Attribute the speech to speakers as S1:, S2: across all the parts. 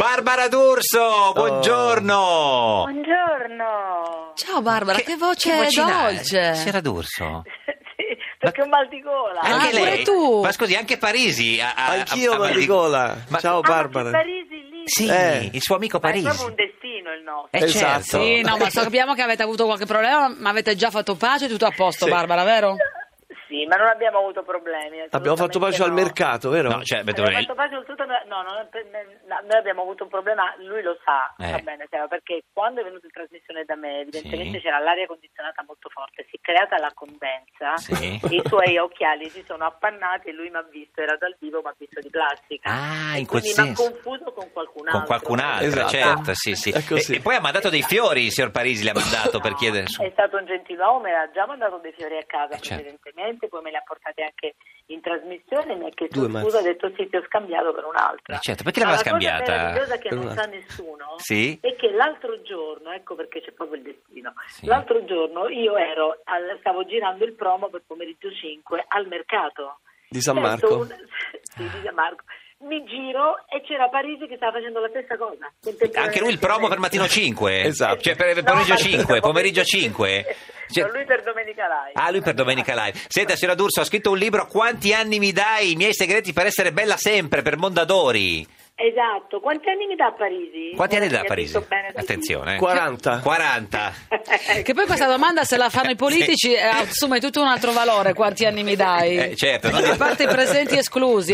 S1: Barbara D'Urso, buongiorno. Oh.
S2: Buongiorno.
S3: Ciao Barbara, che, voce
S1: vocina è?
S3: dolce.
S1: Signora D'Urso.
S2: Sì, perché ho mal di gola.
S3: Ah, pure tu.
S1: Ma scusi, anche Parisi. ha- ha-
S4: Anch'io
S1: ha- ha-
S4: mal Ah, di gola.
S1: Ma-
S4: Ciao
S2: Ah,
S4: Barbara.
S2: perché Parisi lì.
S1: Sì,
S4: Eh.
S1: il suo amico
S2: Ma è proprio
S1: Parisi.
S2: un destino il nostro.
S1: Eh,
S4: Esatto.
S1: certo.
S3: Sì, no, ma sappiamo che avete avuto qualche problema, ma avete già fatto pace, tutto a posto,
S4: Sì.
S3: Barbara, vero?
S2: Sì, ma non abbiamo avuto problemi.
S4: Abbiamo fatto pace
S2: assolutamente
S4: al
S2: no.
S4: mercato, vero?
S1: No, cioè, beh,
S2: Abbiamo
S1: dovrei-
S2: fatto pace al tutto, no, no, non- no, noi abbiamo avuto un problema, lui lo sa,
S1: Eh.
S2: va bene, Teo, perché quando è venuto in trasmissione da me, evidentemente
S1: Sì.
S2: c'era l'aria condizionata molto forte, si è creata la condensa,
S1: Sì.
S2: i suoi occhiali si sono appannati e lui mi ha visto, era dal vivo, mi ha visto di plastica.
S1: Ah, in
S2: E
S1: quel
S2: quindi
S1: senso.
S2: Mi ha confuso con qualcun altro.
S1: Con qualcun altro,
S4: Esatto.
S1: certo, sì, sì.
S4: È
S1: E,
S4: così.
S1: e poi ha mandato dei fiori, il signor Parisi le ha mandato per
S2: No, eh,
S1: chiedere... su-
S2: È stato un gentiluomo, mi ha già mandato dei fiori a casa
S1: Eh, certo.
S2: precedentemente, poi me li ha portati anche in trasmissione, mi ha chiesto
S4: Due mazzi.
S2: scusa, ha detto sì, ti ho scambiato per un'altra.
S1: Eh, certo, perché l'aveva
S2: Ma La
S1: scambiata?
S2: cosa meravigliosa che
S4: Per
S2: non sa
S4: un'altra.
S2: nessuno
S1: Sì.
S2: è che l'altro giorno, ecco perché c'è proprio il destino,
S1: Sì.
S2: l'altro giorno io ero, al- stavo girando il promo per pomeriggio 5 al mercato.
S4: Di San
S2: Sento
S4: Marco.
S2: un- sì, di San Marco. Mi giro e c'era Parisi che stava facendo la stessa cosa.
S1: Anche lui il promo per mattino 5.
S2: Eh,
S4: Esatto.
S1: Cioè per, per pomeriggio 5, pomeriggio 5. Cioè-
S2: No, lui per domenica live.
S1: Ah, lui per domenica live. Senta, signora D'Urso, ha scritto un libro Quanti anni mi dai? I miei segreti per essere bella sempre, per Mondadori.
S2: Esatto. Quanti anni mi dà a Parisi?
S1: Quanti anni
S2: Ora
S1: da
S2: mi ha
S1: Parisi?
S2: detto bene da chi.
S1: Attenzione. eh.
S4: 40.
S1: 40.
S3: Che poi questa domanda se la fanno i politici eh, assume tutto un altro valore, quanti anni mi dai?
S1: Eh, certo. non
S3: A
S1: di-
S3: parte i presenti esclusi,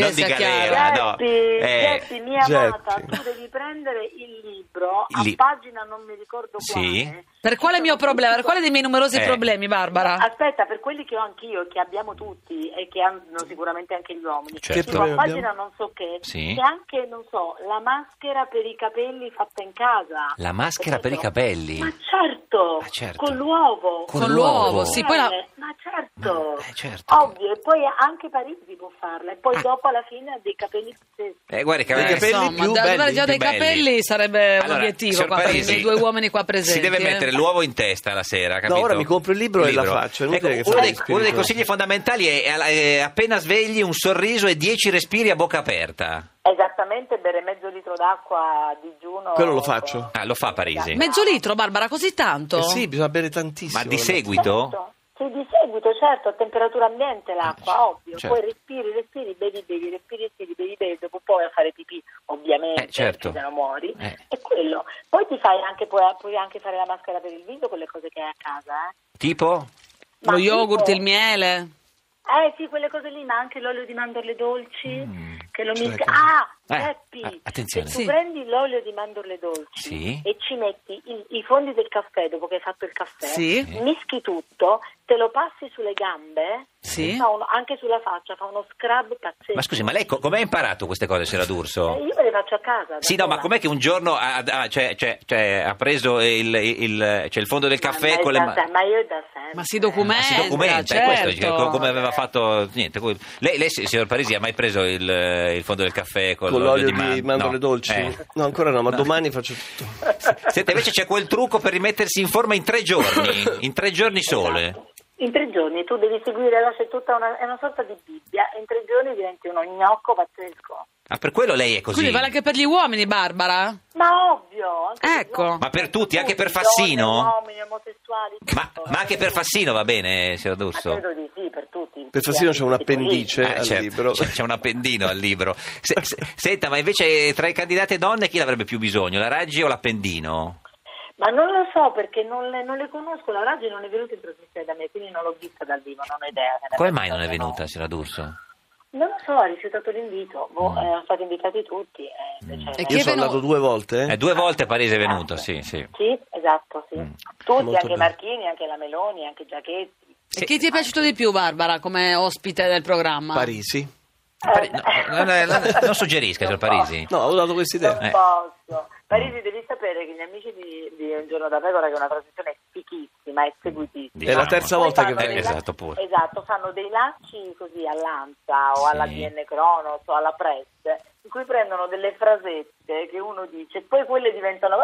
S1: Non
S3: eh,
S1: di
S3: sia chiaro.
S1: Galera. Ah, no.
S2: Geppi,
S1: Eh,
S2: Geppi, mia amata,
S4: Geppi.
S2: tu devi prendere il libro
S1: Il
S2: a
S1: li-
S2: pagina non mi ricordo
S1: Sì.
S2: quale.
S3: Per quale mio problema? Per quale dei miei numerosi
S1: Eh.
S3: problemi, Barbara?
S2: Aspetta, per quelli che ho anch'io, che abbiamo tutti e che hanno sicuramente anche gli uomini,
S1: Certo.
S2: tipo a
S4: Che problemi
S2: pagina non so che,
S1: Sì.
S2: c'è anche, non so, la maschera per i capelli fatta in casa.
S1: La maschera per i
S2: Capito?
S1: capelli.
S2: Ma certo,
S1: Ma certo.
S2: con l'uovo. Eh,
S1: Con
S3: Con l'uovo, l'uovo. sì, poi la-
S2: Ma certo,
S1: Ma- eh, certo. Ah.
S2: ovvio, e poi anche Parigi può farla, e poi dopo alla fine ha dei capelli stessi.
S1: Eh, guardi che
S4: Dei
S1: eh,
S4: capelli
S3: Insomma,
S4: più
S3: da-
S4: belli,
S3: avere già
S1: più
S3: dei
S1: belli.
S3: capelli sarebbe un
S1: Allora,
S3: obiettivo
S1: signor
S3: qua per i
S1: Parisi,
S3: due uomini qua presenti.
S1: Si deve
S3: eh.
S1: mettere l'uovo in testa la sera, capito?
S4: ora mi compro il libro e la faccio, è
S1: Ecco,
S4: inutile che
S1: uno, dei,
S4: faccio lo
S1: uno dei
S4: spirito.
S1: consigli fondamentali è, è- è appena svegli un sorriso e 10 respiri a bocca aperta.
S2: Esattamente, bere mezzo litro d'acqua a digiuno.
S4: Quello lo faccio.
S1: Ah, lo fa Parisi.
S3: Mezzo litro, Barbara, così tanto?
S4: Eh sì, bisogna bere tantissimo.
S1: Ma di seguito?
S2: Certo. Sì, di seguito, certo, a temperatura ambiente l'acqua,
S1: Ah,
S2: ovvio.
S1: certo.
S2: Poi respiri, respiri, bevi, bevi, respiri, respiri, bevi, bevi, dopo puoi a fare pipì, ovviamente,
S1: Eh, certo.
S2: se no muori.
S1: Eh.
S2: E quello. Poi ti fai anche, puoi, puoi anche fare la maschera per il viso con le cose che hai a casa, eh.
S1: Tipo?
S2: Ma
S3: Lo yogurt,
S2: tipo-
S3: il miele?
S2: Eh sì, quelle cose lì, ma anche l'olio di mandorle dolci, che lo
S4: cioè,
S2: mischi...
S4: che-
S2: Ah,
S1: Mm, Eh,
S2: Geppi,
S1: a- attenzione.
S2: se tu
S3: Sì.
S2: prendi l'olio di mandorle dolci
S1: Sì.
S2: e ci metti il- i fondi del caffè, dopo che hai fatto il caffè,
S3: Sì.
S2: mischi tutto, te lo passi sulle gambe,
S3: Sì.
S2: fa uno- anche sulla faccia, fa uno scrub pazzesco.
S1: Ma scusi, ma lei co- come ha imparato queste cose, Sera
S2: Eh,
S1: D'Urso?
S2: Io me le faccio a casa. da
S1: Sì, no, ma
S2: sola.
S1: com'è che un giorno ha, ha- cioè- cioè- cioè, ha preso il, il- cioè, il fondo del
S2: Ma-
S1: caffè
S2: ma è
S1: con le
S2: da
S1: mani?
S2: se- Ma io da sempre.
S3: Ma si
S1: Ma
S3: documenta,
S1: si documenta, è
S3: certo.
S1: questo, dice, come aveva fatto niente, que- lei, lei, si- signor Parisi ha mai preso il, il fondo del caffè con,
S4: Con l'olio di
S1: man-
S4: mandorle
S1: no.
S4: dolci?
S1: Eh.
S4: No, ancora no, ma domani faccio tutto.
S1: Senta, invece c'è quel trucco per rimettersi in forma in tre giorni, in tre giorni sole.
S2: Esatto. In tre giorni tu devi seguire, allora c'è tutta una, è una sorta di Bibbia, e in tre giorni diventi uno gnocco pazzesco.
S1: Ah, per quello lei è così.
S3: Quindi vale anche per gli uomini, Barbara?
S2: Ma ovvio! anche per
S3: Ecco.
S2: gli uomini.
S1: Ma per tutti, anche per
S2: Donne,
S1: Fassino?
S2: uomini, omosessuali.
S1: Ma,
S2: tutto.
S1: ma anche per Fassino va bene, signor
S2: Ma
S1: D'Urso?
S2: credo di sì, per tutti.
S4: Per Fassino c'è un appendice
S1: Ah,
S4: al
S1: certo,
S4: libro.
S1: c'è, c'è un appendino al libro. Se- se- senta, ma invece tra i candidate donne chi l'avrebbe più bisogno, la Raggi o l'appendino?
S2: Ma non lo so perché non le, non le conosco, la Raggi non è venuta in trasmissione da me, quindi non l'ho vista dal vivo, non ho idea. se ne
S1: Come
S2: è
S1: mai non è
S2: venuta o no.
S1: venuta, signora D'Urso?
S2: Non lo so, ha rifiutato l'invito,
S1: Mm.
S2: boh, eh, sono stati invitati tutti. eh, cioè,
S3: E chi
S4: Io
S3: è
S4: sono
S3: venuto?
S4: andato due volte. eh.
S1: Eh, Mm. due volte Parisi è venuto, sì, sì.
S2: Ah,
S1: Mm.
S2: Sì, esatto, sì. Tutti,
S4: Molto
S2: anche
S4: bene.
S2: Marchini, anche la Meloni, anche Giachetti.
S3: E chi ti è piaciuto di più, Barbara, come ospite del programma?
S4: Parisi.
S2: Eh.
S1: Pari- no, no, no, no, non suggerisca, signor Parisi.
S4: No, ho dato questa idea. Mm.
S2: Non
S1: Eh.
S2: posso. Parisi, devi sapere che gli amici di, di Un giorno da pecora, che è una trasmissione fichissima e seguitissima.
S1: Diciamo.
S4: È la terza
S2: Poi
S4: volta che
S2: fanno dei
S4: vengo.
S1: Eh,
S2: lacci-
S1: esatto, pure.
S2: Esatto, fanno dei lacci così all'Anza o
S1: Sì.
S2: alla DN Cronos o alla Press, in cui prendono delle frasette che uno dice, poi quelle diventano...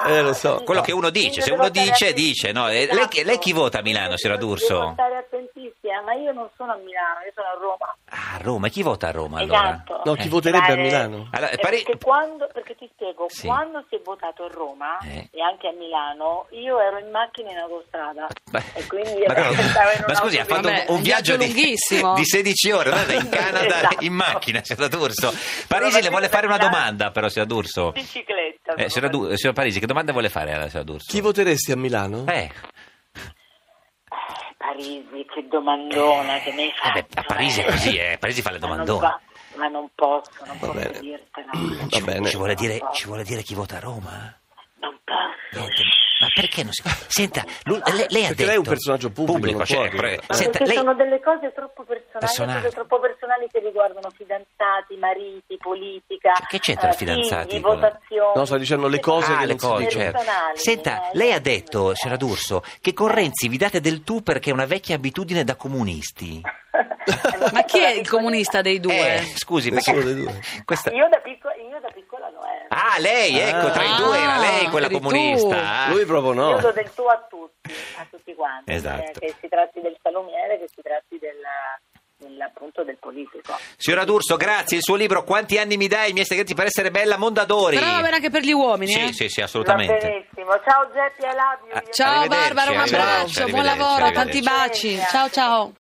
S2: "Ah!"
S4: Eh, lo so.
S1: Quello che uno dice,
S2: Quindi
S1: se
S2: devo
S1: uno
S2: stare
S1: dice, eh,
S2: attenti-
S1: dice, no? E lei chi- lei chi vota a Milano, signora D'Urso?
S2: Devo stare attentissima, Milano, ma io non sono a Milano, io sono a Roma.
S1: Ah, a Roma, chi vota a Roma allora?
S2: Esatto.
S4: No, chi voterebbe a Milano?
S1: Allora,
S2: Eh,
S1: Pari-
S2: perché, quando, perché ti spiego,
S1: Sì.
S2: quando si è votato a Roma
S1: Eh.
S2: e anche a Milano, io ero in macchina in autostrada
S1: Ma-
S2: e quindi ero
S1: ma, però-
S2: stavo in
S1: ma scusi, ha fatto un,
S3: Vabbè,
S1: un
S3: un
S1: viaggio,
S3: viaggio
S1: di-
S3: lunghissimo.
S1: di, 16 ore, guarda, in Canada
S2: Esatto.
S1: in macchina, signora D'Urso.
S2: Sono
S1: Parisi le
S2: partita
S1: vuole
S2: da
S1: fare una
S2: Milano.
S1: domanda, però, signora D'Urso.
S2: Bicicletta.
S1: Eh, signora, Du- signora Parisi, che domanda vuole fare alla signora D'Urso?
S4: Chi voteresti a Milano?
S1: Eh,
S2: Eh, Parisi, che domandona che mi hai fatto.
S1: Eh, Vabbè, a Parisi è così, eh, Parisi fa le
S2: Ma non
S1: domandone.
S2: va- Ma non posso, non
S4: Va
S2: posso
S4: bene.
S2: dirtela.
S4: Va
S1: ci,
S4: bene.
S1: ci vuole dire,
S2: Non
S1: ci vuole dire chi vota a Roma? eh?
S2: Non posso.
S1: Niente. Ma perché non si... Senta, lui- lei, lei ha detto...
S4: Ah, Perché lei è un personaggio pubblico, non può
S1: cioè,
S4: dire. Ah.
S1: pre-
S2: Ma
S1: senta,
S2: perché
S1: lei-
S2: sono delle cose troppo personali,
S1: Personali.
S2: cose troppo personali che riguardano fidanzati, mariti, politica.
S1: Che c'entra il
S2: eh, figli,
S1: fidanzati con-
S2: votazioni.
S4: No, sto dicendo le cose
S1: Ah,
S4: che
S1: le
S4: non si
S1: cose,
S4: dicono.
S1: certo.
S2: Personali,
S1: Senta,
S2: eh,
S1: lei ha
S2: sì.
S1: detto, signora D'Urso, che con Renzi vi date del tu perché è una vecchia abitudine da comunisti.
S3: Ma chi è il comunista dei due?
S1: Eh, scusi,
S4: Nessuno
S1: perché...
S4: dei due.
S1: Questa...
S2: Ah, Io da, picco- io da piccola lo ero.
S1: Ah, lei, ecco, tra i
S3: Ah,
S1: due era lei quella
S3: eri tu.
S1: comunista. ah.
S4: Lui proprio no.
S2: Io do del tuo a tutti, a tutti quanti,
S1: Esatto.
S2: eh, che si tratti del salumiere, che si tratti della- del- appunto del politico.
S1: Signora D'Urso, grazie. Il suo libro Quanti anni mi dai? I miei segreti per essere bella Mondadori.
S3: Però va bene anche per gli uomini.
S1: Sì,
S3: eh?
S1: sì, sì,
S2: Va
S1: assolutamente.
S2: benissimo. Ciao Geppi, I love you.
S1: Ah,
S2: Io-
S3: Ciao
S1: Arrivederci,
S3: Barbara, un
S1: arrivederci,
S3: abbraccio, buon
S1: arrivederci,
S3: lavoro, tanti
S1: arrivederci.
S3: baci. Ciao ciao.